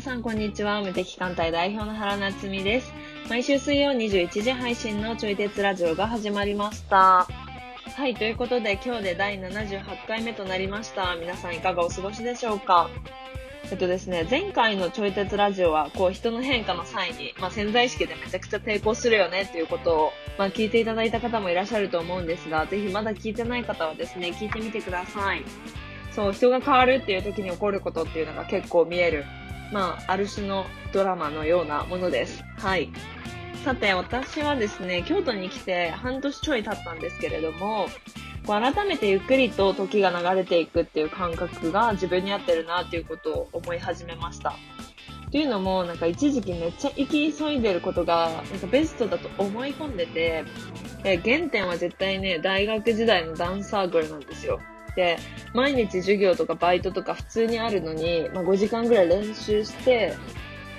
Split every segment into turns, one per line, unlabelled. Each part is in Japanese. さんこんにちは無敵艦隊代表の原夏実です毎週水曜21時配信のちょい鉄ラジオが始まりましたはいということで今日で第78回目となりました皆さんいかがお過ごしでしょうかえっとですね、前回のちょい鉄ラジオは、こう、人の変化の際に、まあ、潜在意識でめちゃくちゃ抵抗するよねっていうことを、まあ、聞いていただいた方もいらっしゃると思うんですが、ぜひまだ聞いてない方はですね、聞いてみてください。そう、人が変わるっていう時に起こることっていうのが結構見える、まあ、ある種のドラマのようなものです。はい。さて、私はですね、京都に来て半年ちょい経ったんですけれども、こう改めてゆっくりと時が流れていくっていう感覚が自分に合ってるなっていうことを思い始めました。というのも、なんか一時期めっちゃ生き急いでることが、なんかベストだと思い込んでて、え原点は絶対ね、大学時代のダンスサークルなんですよ。で、毎日授業とかバイトとか普通にあるのに、まあ、5時間ぐらい練習して、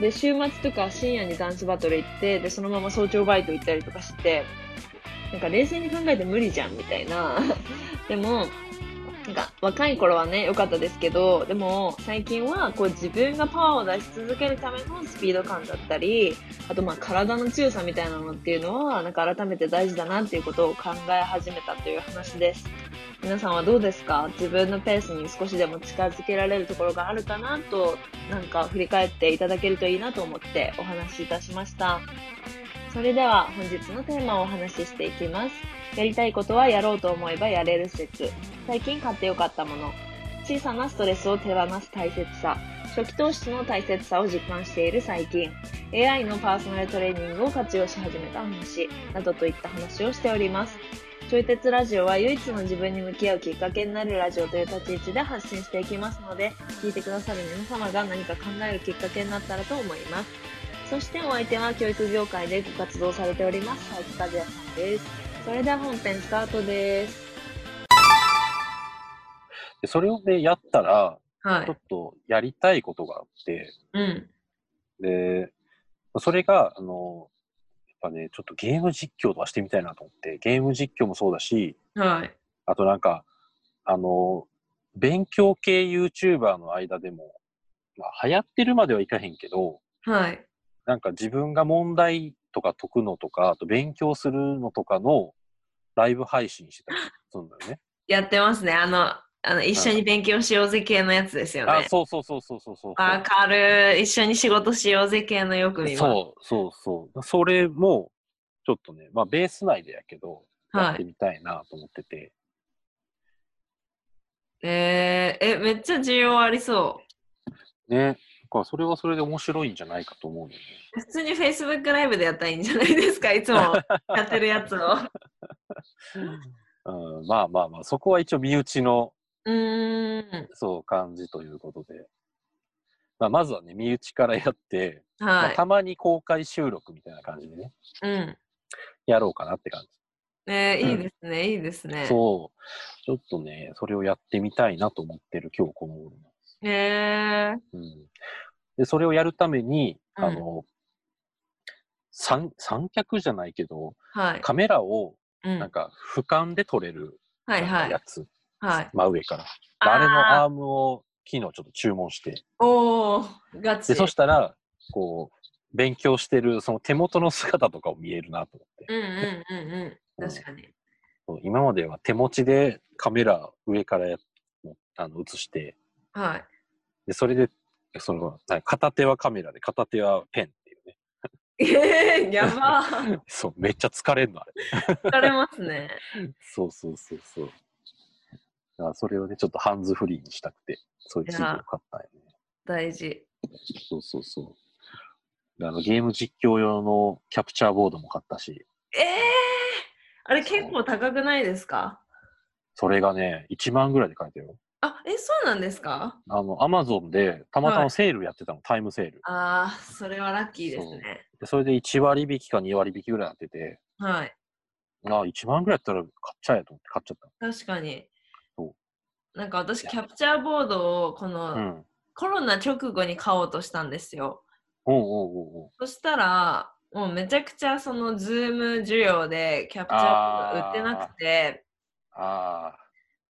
で、週末とか深夜にダンスバトル行って、で、そのまま早朝バイト行ったりとかして、なんか冷静に考えて無理じゃんみたいな。 でも、なんか若い頃はね、良かったですけど、でも最近はこう自分がパワーを出し続けるためのスピード感だったり、あとまあ体の強さみたいなのっていうのは、なんか改めて大事だなっていうことを考え始めたという話です。皆さんはどうですか自分のペースに少しでも近づけられるところがあるかなと、なんか振り返っていただけるといいなと思ってお話しいたしました。それでは本日のテーマをお話ししていきます。やりたいことはやろうと思えばやれる説。最近買ってよかったもの。小さなストレスを手放す大切さ。初期投資の大切さを実感している最近。AI のパーソナルトレーニングを活用し始めた話。などといった話をしております。ちょい鉄ラジオは唯一の自分に向き合うきっかけになるラジオという立ち位置で発信していきますので、聞いてくださる皆様が何か考えるきっかけになったらと思います。そしてお相手は教育業界でご活動されております、佐伯和也さんです。それでは本編スタートです。
でそれをね、やったら、
は
ちょっ。とやりたいことがあって、
うん。
で、それが、あの、やっぱね、ちょっとゲーム実況とかしてみたいなと思って、ゲーム実況もそうだし、
はい。
あとなんか、あの、勉強系 YouTuber の間でも、まあ、流行ってるまではいかへんけど、
はい。
なんか自分が問題とか解くのとか、あと勉強するのとかのライブ配信してたりするんだよね。
やってますね。あの、あの一緒に勉強しようぜ系の やつですよ
あ
ね、。
そうそうそうそうそうそう。
わかる。一緒に仕事しようぜ系のよく見ます。
そうそうそう。それも、ちょっとね、まあベース内でやけど、や
は
って
い。
みたいなと思ってて。
えー、え、めっちゃ需要ありそ
ね。だからそれはそれで面白いんじゃないかと思うんだよね。
う。普通に Facebook ライブでやったらいいんじゃないです か。いつもやってるやつを。
うん、まあまあまあ、そこは一応身内の、
うーん。
そう、感じということで。まあ、まずはね、身内からやって、まあ
はい。
たまに公開収録みたいな感じでね、
うん。
やろうかなって感じ。
えー、いい
うん
ですね。いいですね。
そう。ちょっとね、それをやってみたいなと思ってる今日この頃。
へえ
うんでそれをやるために、
うん
あの三三脚じゃないけど
はい。
カメラを
うん、
なんか俯瞰で撮れる
はい
な
は
んか
い
や。つ、
はい。
真上から
あー
あれのアームを昨日ちょっと注文して
おー、ガチ。
でそしたらこう勉強してるその手元の姿とかを見えるなと思って
うんうんうんうん。確かに。
そう今までは手持ちでカメラ上からやあの映して
はい。
でそれでそのなんか片手はカメラで片手はペン っていうね
えー、やば ー。
そうめっちゃ疲れんのあれ
疲れますね。
そうそうそうそう。だからそれをね、ちょっとハンズフリーにしたくて、そういう
いや
器具を買ったんよね。
大事。
そうそうそう。であのゲーム実況用のキャプチャーボードも買ったし、
えー、あれ結構高くないですか
それがね、1万ぐらいで買えたよ。
あ、え、そうなんですか
あの、アマゾンでたまた
は
ま
い
セールやってたの、タイムセール。
あー、それはラッキーですね。
でそれで1割引きか2割引きぐらいやってて、
はい。
あ、1万ぐらいやったら買っちゃえと思って買っちゃっ
確かに
そ。
なんか私、キャプチャーボードをこの、
た。うん。
コロナ直後に買おうとしたんですよ。
おうおうおうおう
そしたら、もうめちゃくちゃそのズーム需要でキャプチャーボード売ってなくて、
ああ、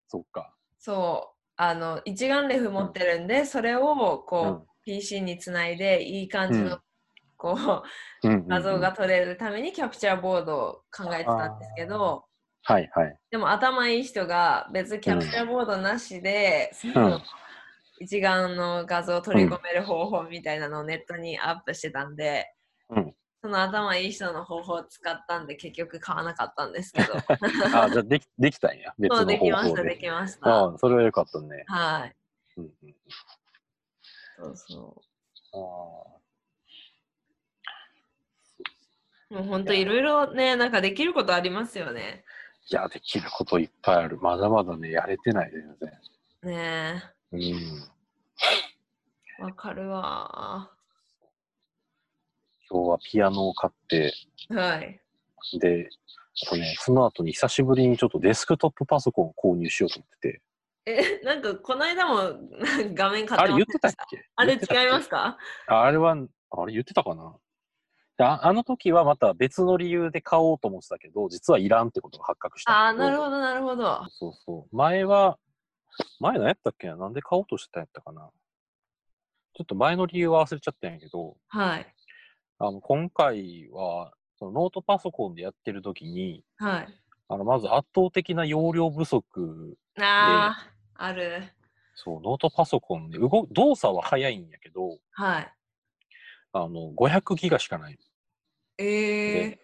そっか。
そう、あの、一眼レフ持ってるんで、それを
う
こう、
ん。
PC につないでいい感じの、
うん
こう
うんうんうん
画像が撮れるためにキャプチャーボードを考えてたんですけど、
はいはい。
でも頭いい人が別にキャプチャーボードなしで、その一眼の画像を取り込める方法みたいなのをネットにアップしてたんで、
うん
その頭いい人の方法を使ったんで結局買わなかったんですけど
ああ、じゃあできできたんや。 別
そう
の
で
方
きまし
法
たで
で。
きました
ああ、それはよかったね。
はい
うんうん、
そうそ
あ
うもう本当いろいろねなんかできることありますよね
ーいや、できることいっぱいある。まだまだね、やれてない全然。
ね
うん。
えわかるわ
今日はピアノを買って、
はい
で、あとね、その後に久しぶりにちょっとデスクトップパソコンを購入しようと思ってて。
えなんかこの間も画面買
あ
って
れ
ま
言
せん
って
で
たっ
した
け
あれ違
言ってたっけ
いますか
ああれは、あれ言ってたかなでああの時はまた別の理由で買おうと思ってたけど、実はいらんってことが発覚した。
ああーなるほどなるほど
そうそう。前は、前何やったっけななんで買おうとしてたんやったかなちょっと前の理由は忘れちゃったんやけど、
はい
あの、今回は、そのノートパソコンでやってる時に、
はい
あの、まず圧倒的な容量不足。
あーある
そう、ノートパソコンで、動、動作は早いんやけど、
はい
あの、500ギガしかない。
ええ
で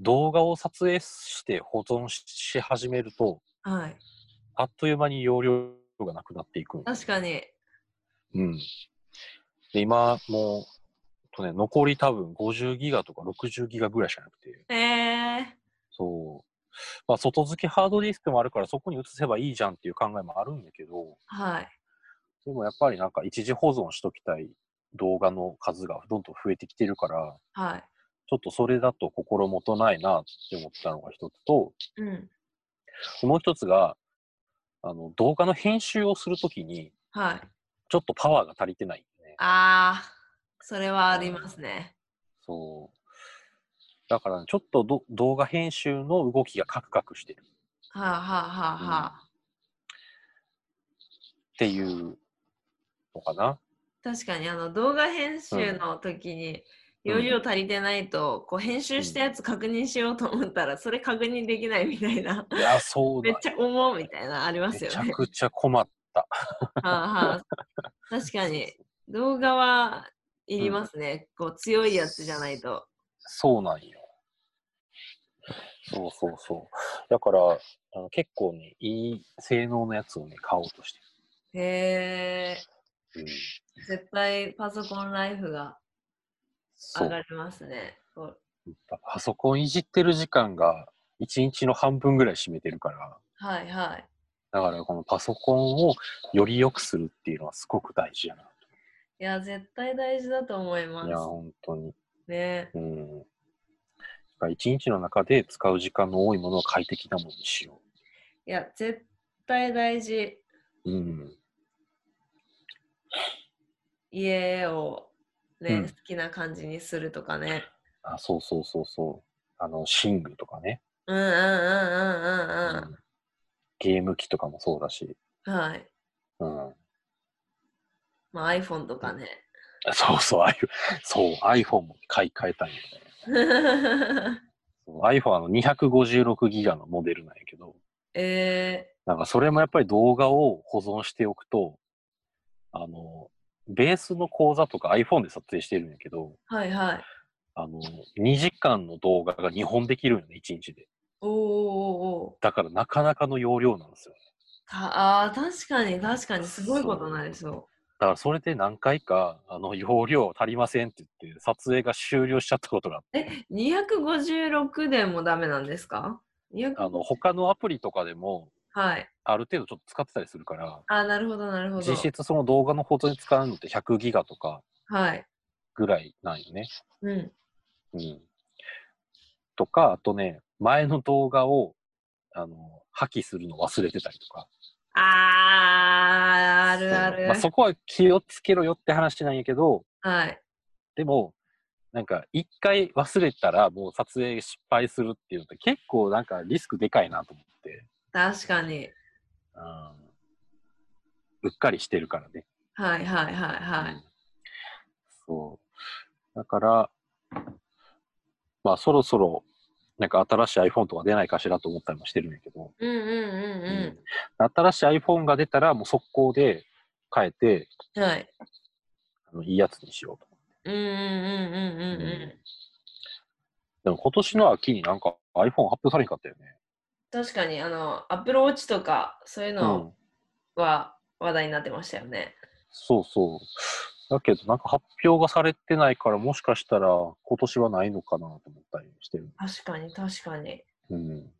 動画を撮影して保存しし始めると、
はい
あっという間に容量がなくなっていくんよ
確かに
うん。で、今、もう、とね、残り多分50ギガとか60ギガぐらいしかなくて、
ええ
そう。まあ、外付きハードディスクもあるから、そこに移せばいいじゃんっていう考えもあるんやけど、
はい
でもやっぱりなんか一時保存しときたい動画の数がどんどん増えてきてるから、
はい
ちょっとそれだと心もとないなって思ったのが一つと、
うん
もう一つが、あの、動画の編集をするときに、
はい
ちょっとパワーが足りてない、ね。
ああそれはありますね
そう。だから、ちょっとど動画編集の動きがカクカクしてるっ
はあはあはあはあ、
ていうのかな。
確かにあの動画編集の時に容量足りてないと、こう編集したやつ確認しようと思ったらそれ確認できないみたいな
いや、そう
め
だ
っ。ちゃ重みたいなありま
め
す
ち
よ
ゃ
ね。
くちゃ困った。
はあはあ、確かに動画はいりますね、こう強いやつじゃないと。
そうなんよ。そうそうそう。だから、あの結構ね、いい性能のやつをね、買おうとして
へえ
る。うん、
絶対パソコンライフが
そ
上
う。
が
やっ
りますね。こう
ぱパソコンいじってる時間が1日の半分ぐらい占めてるから、
はいはい。
だからこのパソコンをより良くするっていうのはすごく大事やな。
いや絶対大事だと思いま
いや、
す。
本当に。
ね。
うん。だから一日の中で使う時間の多いものを快適なものにしよ
いや絶対大事。
う。うん。
家をね、
うん
好きな感じにするとかね。
あ、そうそうそうそう。あの、寝具とかね。
うんうんうんうんうん
うんゲーム機とかもそうだし。
うん。はい。
うん。
まあ iPhone とかね。
そうそう、iPhone そう、iPhone も買い替えたんよね。そう iPhone あの256ギガのモデルなんやけど、
え
なんかそれもやっぱり動画を保存しておくと、あの、ベースの講座とか iPhone で撮影してるんやけど、
ー、はいはい。
あの、2時間の動画が2本できるんよね、1日で。
おーおーおーおー
だからなかなかの容量なんですよ。
たあー確かに確かにすごいことになりそう。
だからそれで何回か、あの、 容量足りませんって言って、撮影が終了しちゃったことがあって、
256でもダメなんですか200
あの、他のアプリとかでも、
はい。
ある程度ちょっと使ってたりするから、
あーなるほどなるほど
実。質その動画の保存に使うのって100ギガとか
はい。
ぐらいなんよね。
うん。
うん。とか、あとね、前の動画を、あの、破棄するの忘れてたりとか。
あーあるあ
そう
る。
まあ、そこは気をつけろよって話なんやけど、
はい。
でも、なんか、一回忘れたら、もう撮影失敗するっていうのって、結構なんかリスクでかいなと思って、
確かに。
うん、うっかりしてるからね。
はいはいはいはい。
うんそう。だから、まあそろそろ、なんか新しい iPhone とか出ないかしらと思ったりもしてるんやけど、
うんうんう
新しい iPhone が出たらもう速攻で変えて、
んうん。はい。
あのいいやつにしようと。
うんうんうんうんうん
で
うん。
も今年の秋になんか iPhone 発表されへんかったよね。
確かに、あの、アップルウォッチとか、そういうの。は話題になってましたよね。
そうそう。だけどなんか発表がされてないからもしかしたら今年はないのかなと思ったりしてる。
確かに、確かに。
うん。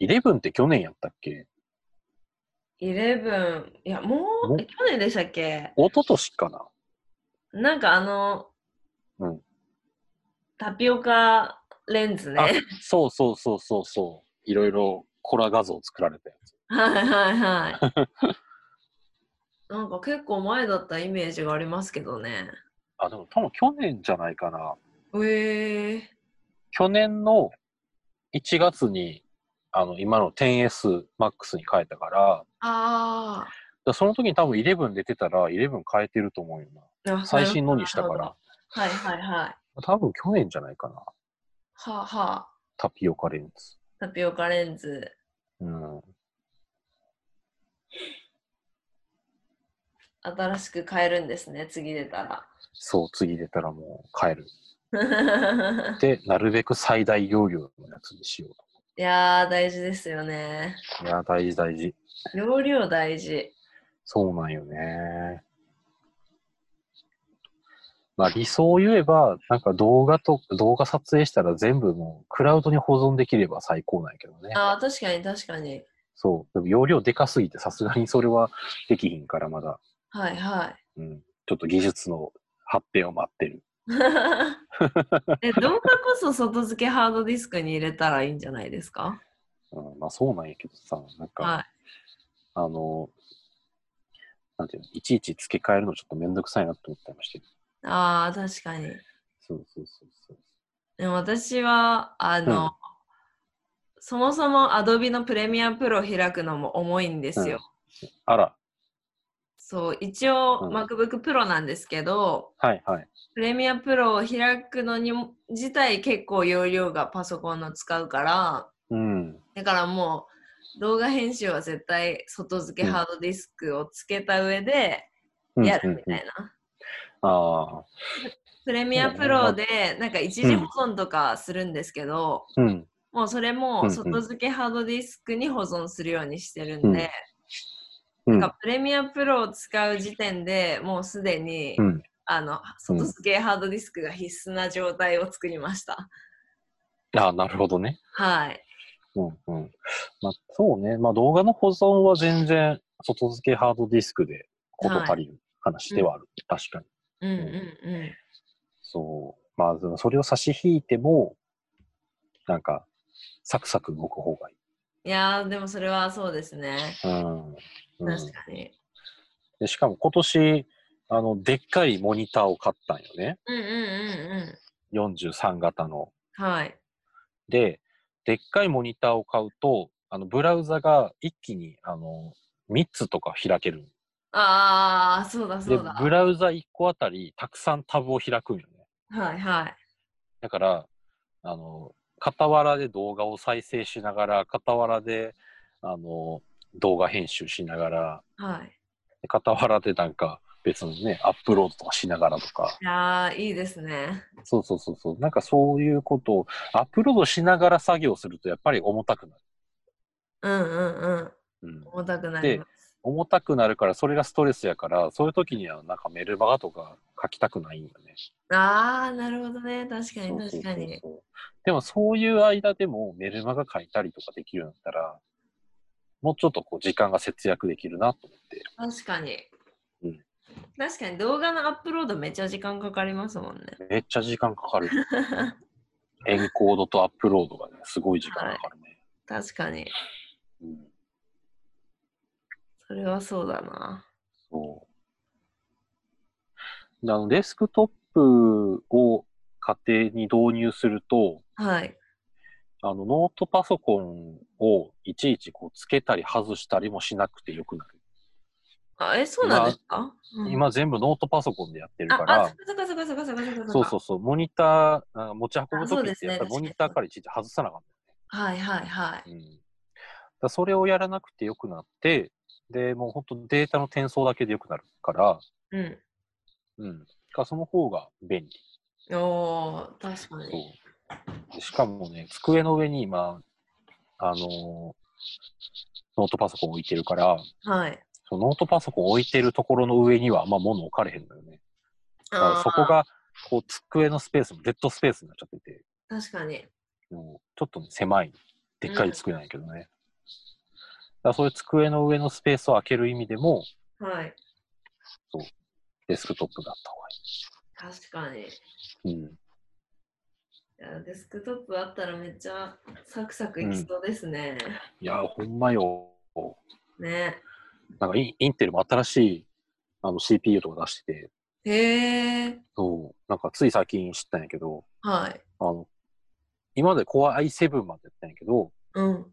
11って去年やったっけ
11、いや、もう、
も
去年でしたっけ
一昨年かな
なんかあの、
うん
タピオカレンズね。
あ
はい
そうそうそうそうそう。いろいろコラ画像作られたやつ。
はいはい。 なんか結構前だったイメージがありますけどね。
あ、でも多分去年じゃないかな。
へえ
去年の1月にあの今の 10S Max に変えたから、だか
あ
らその時に多分11出てたら11変えてると思うよ
あ。
な。最新のにしたか
なる
ら
ほ。ど。はいはいはい。
多分去年じゃないかな。
はあ、はあ、
タピオカレンズ。
タピオカレンズ。
うん。
新しく買えるんですね、次出た ら。
そう、次出たらもう変える。で、なるべく最大容量のやつにしよう
いやー、大事ですよね。
と。いや、大事大事。
容量大事。
そうなんよね。まあ理想を言えば、なんか動画と、動画撮影したら全部もうクラウドに保存できれば最高なんやけどね。
ああ、確かに確かに。
そう。でも容量でかすぎてさすがにそれはできひんからまだ、
はいはい。
うん。ちょっと技術の発展を待ってる。
え動画こそ外付けハードディスクに入れたらいいんじゃないですか
うん、まあそうなんやけどさ、なんか、
は
あの、なんていうの、いちいち付け替えるのちょっとめんどくさいなって思ったりまして。
い。ああ、確かに。
そうそうそうそう。
でも私は、あの、
うん
そもそも Adobe のプレミアプロ開くのも重いんですよ。
うんあら、
そう、一応、
うん
MacBook Pro なんですけど、
はいはい。
プレミアプロを開くのにも自体結構容量がパソコンの使うから、
うん。
だからもう動画編集は絶対外付けハードディスクを付けた上で
うん
やるみ
うんう
た
ん
いな。
ああ、
プレミアプロでなんか一時保存とかするんですけど、
うん。
もうそれ
うん
も
うん
外付けハードディスクに保存するようにしてるんで、
う
な
ん
んかプレミアプロを使う時点でもうすでに、
うん
あの外付けハードディスクが必須な状態を作りました。
ああ、なるほどね。
はい。
うんうん。まあそうね。まあ動画の保存は全然外付けハードディスクで事足りる話ではある。確かに。
うんうんうん。
そう。まあでもそれを差し引いても、なんか、サクサク動く方がいい。
いやーでもそれはそうですね。
うん。うん
確かに。
でしかも今年、あの、でっかいモニターを買ったんよね。
うんうんうん
43型の。
うん。はい。
で、でっかいモニターを買うと、あの、ブラウザが一気に、あの、3つとか開ける。
ああ、そうだそ
で、
うだ。
ブラウザ1個あたり、たくさんタブを開くんよね。
はいはい。
だから、あの、傍らで動画を再生しながら、傍らで、あの、動画編集しながら、
はい。
で傍らでなんか別のね、アップロードとかしながらとか、
いやーいいですね。
そうそうそうそう。なんかそういうことをアップロードしながら作業するとやっぱり重たくなる。
うんうんうん。
うん、
重たくなります。
重たくなるからそれがストレスやからそういう時にはなんかメルマガとか書きたくないんよね。
あー、なるほどね。確か
そ
に
うそうそう
確かに。
そうでもそういう間でもメルマガ書いたりとかできるんだったらもうちょっとこう時間が節約できるなと思って。
確かに
うん。
確かに動画のアップロードめっちゃ時間かかりますもんね。
めっちゃ時間かかる。エンコードとアップロードがね、すごい時間かかるね。
確かに。
うん、
それはそうだな。
そう。であのデスクトップを家庭に導入すると、
はい。
あのノートパソコンをいちいちこうつけたり外したりもしなくてよくなる。
あ、え、そうなんですか、うん
今全部ノートパソコンでやってる
あ
か、
あ、
ら
そ、っかそっかそっかそっかそっかそっか。
そうそうそう、モニター、あ持ち運ぶ
あそう
時
で
っ
す
て
ね
やっぱり
確か
モ
に
ニターからいちいち外さなかっ
はいはいはい
た。。うん、だからそれをやらなくてよくなって、で、もう本当データの転送だけでよくなるから、
うん。
うん、だからその方が便利。
おー、確かに。
そうでしかもね、机の上に今、あのーノートパソコン置いてるから、
はい。
そのノートパソコン置いてるところの上にはあんま物置かれへんのよね。だからそこ
あ
が、こう、机のスペースもデッドスペースになっちゃってて、
ー。確かに。
もうちょっとね、狭い、でっかい机なんやけどね。だからそういう机の上のスペースを空ける意味でも、
はい。
デスクトップがあった方が
確かに。い
いい。うん。
やデスクトップあったらめっちゃサクサクいきそうですね。
いやー、ほんまよ。
ね。
なんかイン、インテルも新しい、あの、CPU とか出してて、
へー。
そう、なんかつい最近知ったんやけど、
はい。
あの、今まで Core i7 までやったんやけど、
うん。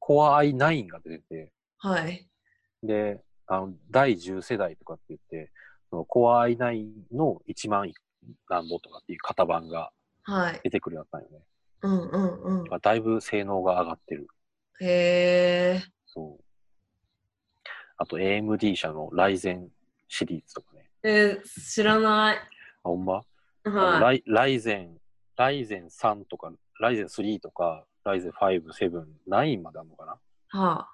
Core i9 が出てて、
はい。
で、あの、第10世代とかって言って、その Core i9 の1万何ぼとかっていう型番が
はい。
出てくるようになったんよね。
うんうんうん。
まあ、だいぶ性能が上がってる。
へ
そう。あと AMD 社の Ryzen シリーズとかね。
ー。えー、知らない。
あ、ほんまあの
はい。
ライライゼン、ライゼン3とか、ライゼン3とか、ライゼン5、7、9まであるのかな
は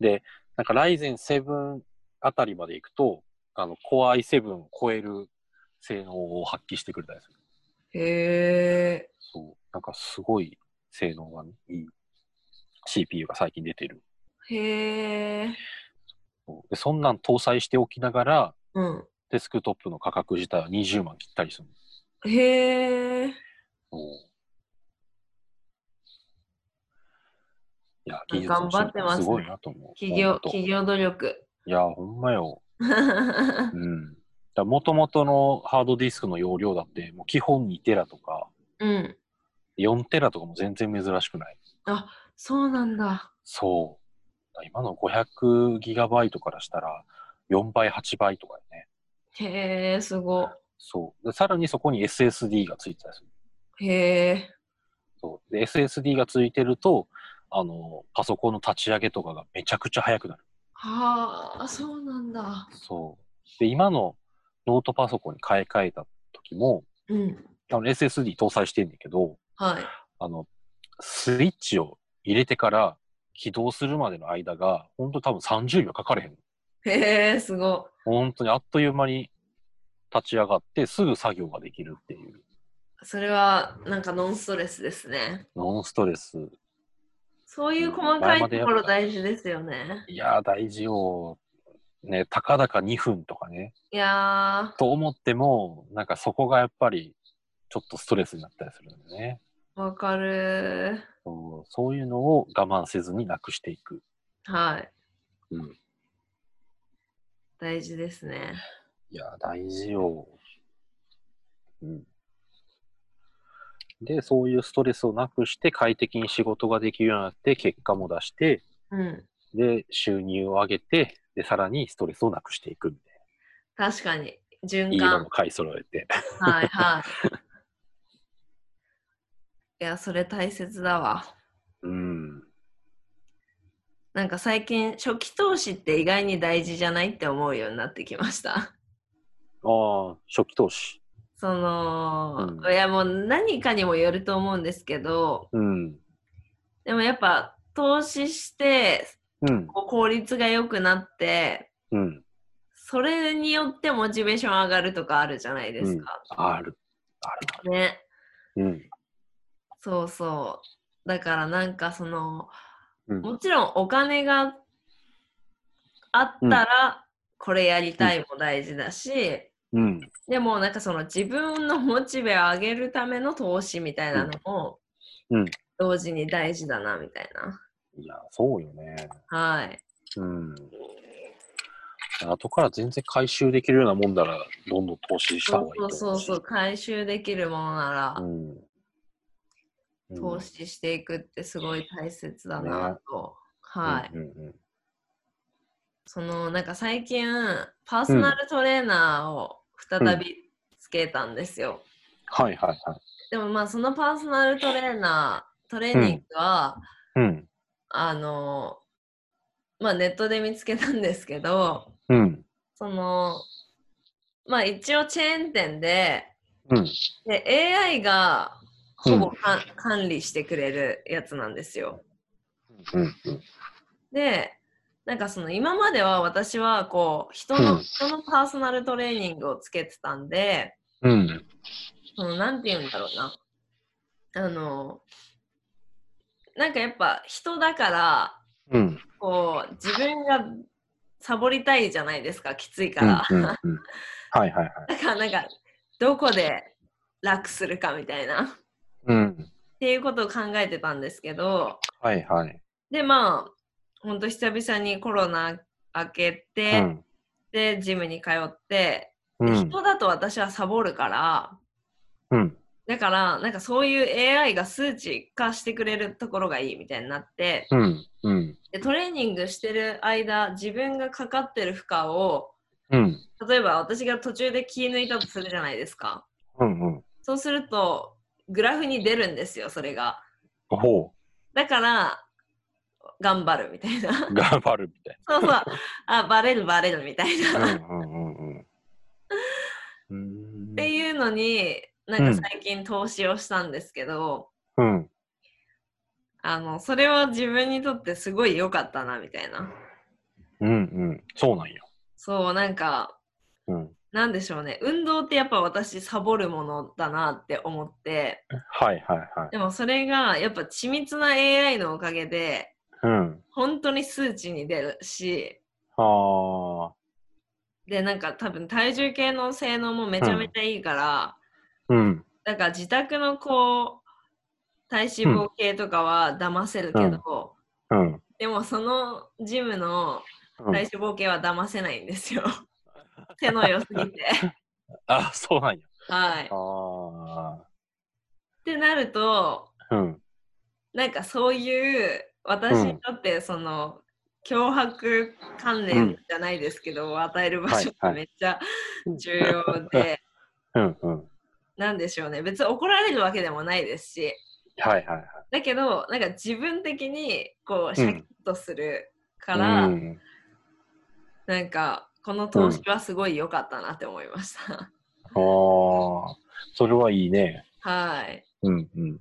で、なんかライゼン7あたりまで行くと、あの、Core i7 を超える性能を発揮してくれたりする。
い。へー。
そう。なんかすごい性能が、ね、いい CPU が最近出てる。
へー。
そうでそんなん搭載しておきながら、
うん。
デスクトップの価格自体は20万切ったりする。
へー。
おいや、技術
頑
の
張
進
って
化
ますね
すごいなと思う。
企業、
ほんと
企業努力。
いや、ほんまよ。
は
うん。もともとのハードディスクの容量だって、もう基本2テラとか、
うん。
4テラとかも全然珍しくない。
そうなんだ。
そう。今の500ギガバイトからしたら、4倍、8倍とかよね。
へえ、すご。
そう。でさらにそこに SSD がついてたりする。
へえ。
そう。で、SSD がついてると、あの、パソコンの立ち上げとかがめちゃくちゃ速くなる。
はあ、そうなんだ。
そう。で、今のノートパソコンに買い替えた時も、
うん。
あの SSD 搭載してんだけど、
はい。
あの、スイッチを入れてから起動するまでの間が、ほんと多分30秒かかれへん。
へえ、すご。
本当にあっという間に立ち上がって、すぐ作業ができるっていう、
それは、なんかノンストレスですね。
ノンストレス。
そういう細かい
前ま
と
でやっ
ころ大事ですよね。
いやー、大事よ。ね、たかだか2分とかね、
いや
と思っても、なんかそこがやっぱり、ちょっとストレスになったりするんだよね。
ー、わかる
そうそういうのを我慢せずになくしていく。
はい。
うん、
大事ですね。
いや、大事よ、うん。で、そういうストレスをなくして快適に仕事ができるようになって、結果も出して、
うん。
で、収入を上げて、で、さらにストレスをなくしていくみたい
確かに。
な。い
循
いも
環
の。買い揃えて。
はいはい。いや、それ大切だわ。
うん。
なんか最近初期投資って意外に大事じゃないって思うようになってきました。
ああ、初期投資。
その、
うん
いやもう何かにもよると思うんですけど、
うん。
でもやっぱ投資して
うん。
こう効率が良くなって、
うん。
それによってモチベーション上がるとかあるじゃないですか。
ある。ある。ある
ね。
うん。
そうそう。だからなんかその、
うん
もちろんお金があったらこれやりたいも大事だし、
うん。
でもなんかその自分のモチベを上げるための投資みたいなのも
うん
同時に大事だなみたいな。
いや、そうよね。
はい。
うん。後から全然回収できるようなもんなら、どんどん投資した
そ
方
う
がい
そ
いと
うそうそう、回収できるものなら
思うし。うん。
投資していくってすごい大切だなと。はい。
うんうんうん
そのなんか最近パーソナルトレーナーを再びつけたんですよ、
はいはいはい。
でもまあそのパーソナルトレーナートレーニングは、
うん。
あのまあネットで見つけたんですけど
うん。
そのまあ一応チェーン店で
うん。
で AI が
う
ほぼ
ん。
かん、管理してくれるやつなんですよ。
うん。
でなんかその今までは私はこう人の,、
うん
人のパーソナルトレーニングをつけてたんで
うん。
そのなんて言うんだろうなあのなんかやっぱ人だから
うん。
こう自分がサボりたいじゃないですかきついか
うん
ら、
うんうんはいはいはい。
だからなんかどこで楽するかみたいなっ
うん。
ていうことを考えてたんですけど
はいはい。
でまあほんと久々にコロナ明け
う
て、
ん。
でジムに通って、
う
で
ん。
人だと私はサボるから
うん。
だからなんかそういう AI が数値化してくれるところがいいみたいになって
うん。うん。
でトレーニングしてる間自分がかかってる負荷を
うん。
例えば私が途中で気抜いたとするじゃないですか
うん。うん。
そうするとグラフに出るんですよそれが
ほ
だから頑張るみたいな
う。頑張るみたい
そうそうあバレるバレるみたいな、
な。
っ
うん。うん。うん。うん。
て
う
いうのになんか最近投資をしたんですけど、
ん。うん。
あのそれは自分にとってすごい良かったなみたいな
うん。うん。そうなんよ。
そうなんか
うん。
なんでしょうね運動ってやっぱ私サボるものだなって思って
はいはいはい。
でもそれがやっぱ緻密な AI のおかげで
うん。
本当に数値に出るし
ああ。
でなんか多分体重計の性能もめちゃめちゃいいから、
うん。
だから自宅のこう体脂肪計とかは騙せるけど、
うん。
でもそのジムの
う
体
ん、
脂肪計は騙せないんです よ手の良すぎて
あ、そうなんや。
はいっ
あ
てなると
あ。うん。
なんかそういう私にとってその、脅迫関連じゃないですけど、与える場所がめっちゃ重要で、
うん。うん。
なんでしょうね別に怒られるわけでもないですし
はいはいはい。
だけどなんか自分的にこうシャキッとするか、
からうん、
なんかこの投資はすごい良かったなって思いました、
ああ。それはいいね。
はい
うんうん。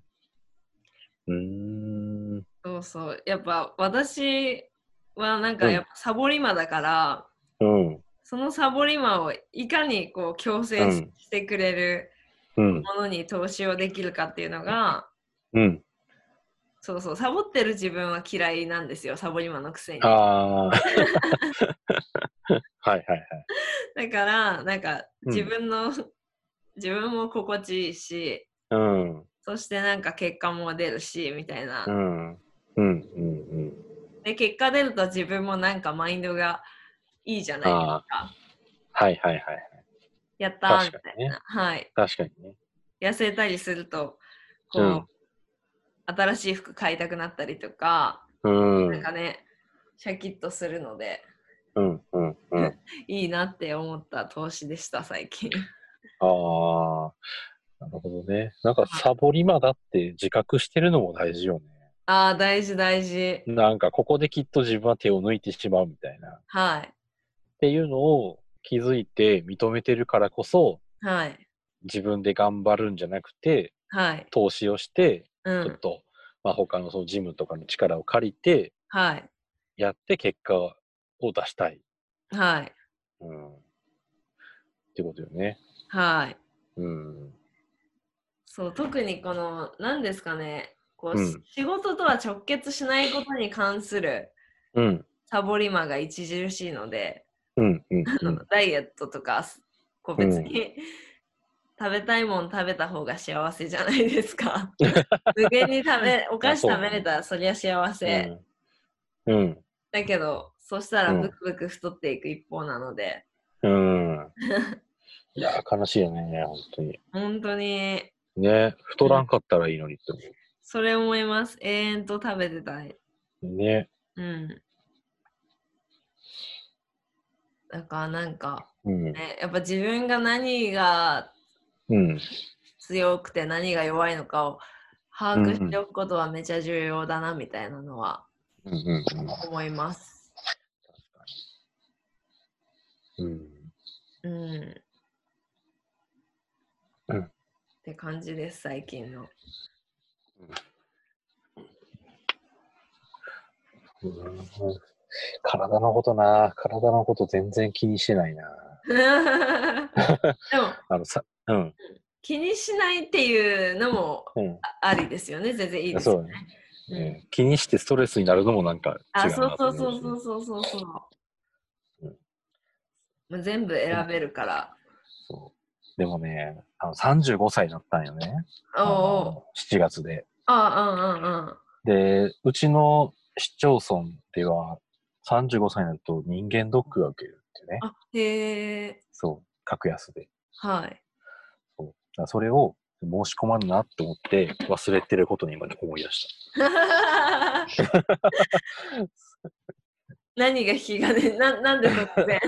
うーん。
そうそうやっぱ私はなんか
うん
やっぱサボり魔だから、
うん。
そのサボり魔をいかにこう強制し
うん
してくれる
うん。
ものに投資をできるかっていうのが、
うん。
そうそうサボってる自分は嫌いなんですよサボり魔のくせに
ああ。はいはいはい。
だからなんか
うん
自分の、自分も心地いいし
うん。
そしてなんか結果も出るしみたいな、
うん。うんうんうん。
で結果出ると自分もなんかマインドがいいじゃないですか
はいはいはい。
やったーみ
確
た
か
い
にね
な、はい
確かにね。
痩せたりするとこう、
うん
新しい服買いたくなったりとか、
うん。う
なん
ん
かねシャキッとするので
うんうん。あ
いいなって思った投資でした最近
あ。なるほどね。なんかサボり魔だって自覚してるのも大事よね。
あー大事大事
なんかここできっと自分は手を抜いてしまうみたいな。っ
はい
ていうのを気づいて認めてるからこそ、
はい
自分で頑張るんじゃなくて、
はい
投資をして、
う
ちょっ
ん
と、まあ、他のそのジムとかの力を借りて、
はい
やって結果を出したい。
はい。
うん。ってことよね。
はい。
うん。
そう、特にこの、何ですかね、こう、
うん
仕事とは直結しないことに関する
うん。
サボり魔が著しいので、
うん。うん。うん
ダイエットとか、こう別に、食べたいもん食べた方が幸せじゃないです か。無限に食べ、お菓子
そう
食べれたらそりゃ幸せ。
うん。
だけど、そしたら
うん
ブクブク太っていく一方なので、
うん。 うん。いや、悲しいよね、本当に。
本当に、
ね、太らんかったらいいのにって思
それ思います。永遠と食べてたい。
う。ね。
うん。だからなんか、
うん。
ね、やっぱ自分が何が
うん。
強くて何が弱いのかを把握しておくことはめちゃ重要だなみたいなのは
うん。うん。
思います。
うん。
うん。
うん
って感じです、最近の。
うん体のことな、体のこと全然気にしないな。
でも
あのさ、うん、
気にしないっていうのも
うん、
あありですよね、全然いいです
そ
よ
う
ね。
ね、ね気にしてストレスになるのもなんか違うな
あ、そうそう
と
そ
思
うそう
し。
そうそうそう。
うん
もう全部選べるから。
そうでもね、あの35歳だったんよね。
おう
あ
おう。
の7月で。
あうんうんうん。
で、うちの市町村では35歳になると人間ドックが受けるっていうね。
あへえ。
そう、格安で。
はい。
そうだからそれを申し込まんなって思って忘れてることに今思い出した。
何が引き金ななんで突然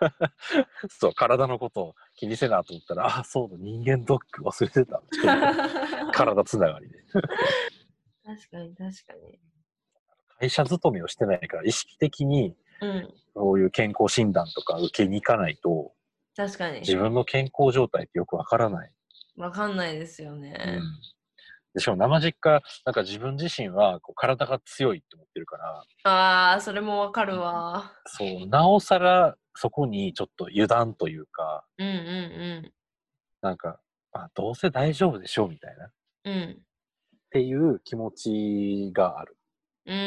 そう、体のことを気にせなと思ったら、あ、そうだ、人間ドック忘れてた。
確
体つながりで。
かに確かに。
会社勤めをしてないから、意識的に
うん。
こういう健康診断とか受けに行かないと、
確かに。
自分の健康状態ってよくわからない。
わかんないですよね。
でしかも生実家、なんか自分自身はこう体が強いって思ってるから、
ああ、それもわかるわ。
そう、なおさらそこにちょっと油断というか、
うんう
なんか、あ、どうせ大丈夫でしょうみたいな。っ
んうん。うん。
ていう気持ちがある。
うんうんう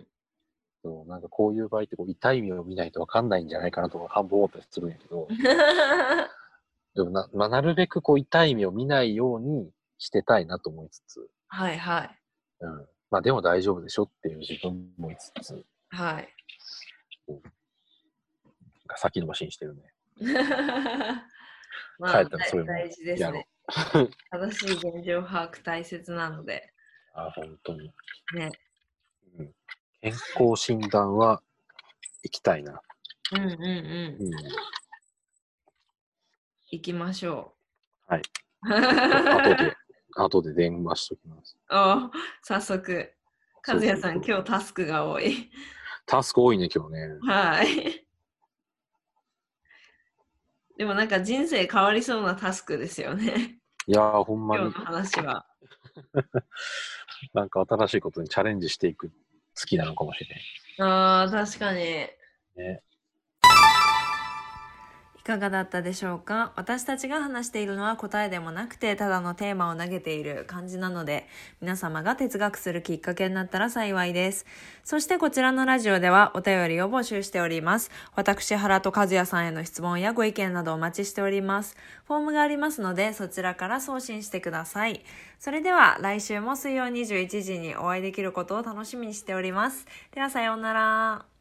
ん
そうなんかこういう場合ってこう痛い目を見ないと分かんないんじゃないかなとか半分思ったりするんやけど
うん。
でもな,、まあ、なるべくこう痛い目を見ないようにしてたいなと思いつつ、
はいはい。
うんまあ、でも大丈夫でしょっていう自分もいつつなん
はい。
か先延ばしにしてるね。
まあ、
帰ったらそれも
大事です
やろう
ね。正しい現状把握大切なので。
あ本当に、
ね。
うん。健康診断は行きたいな。
うんうんうん。
うん、
行きましょう。
はい。後
あ
で後で電話しときます。
あ、早速。和也さん、
そうそうそう
今日タスクが多い。
タスク多いね今日ね。
はい。でもなんか人生変わりそうなタスクですよね。
いやーほんま
今
に
日の話は。
なんか新しいことにチャレンジしていく好きなのかもしれない。
ああ、確かに。
ね
いかがだったでしょうか私たちが話しているのは答えでもなくてただのテーマを投げている感じなので皆様が哲学するきっかけになったら幸いですそしてこちらのラジオではお便りを募集しております私原と和也さんへの質問やご意見などお待ちしておりますフォームがありますのでそちらから送信してくださいそれでは来週も水曜21時にお会いできることを楽しみにしておりますではさようなら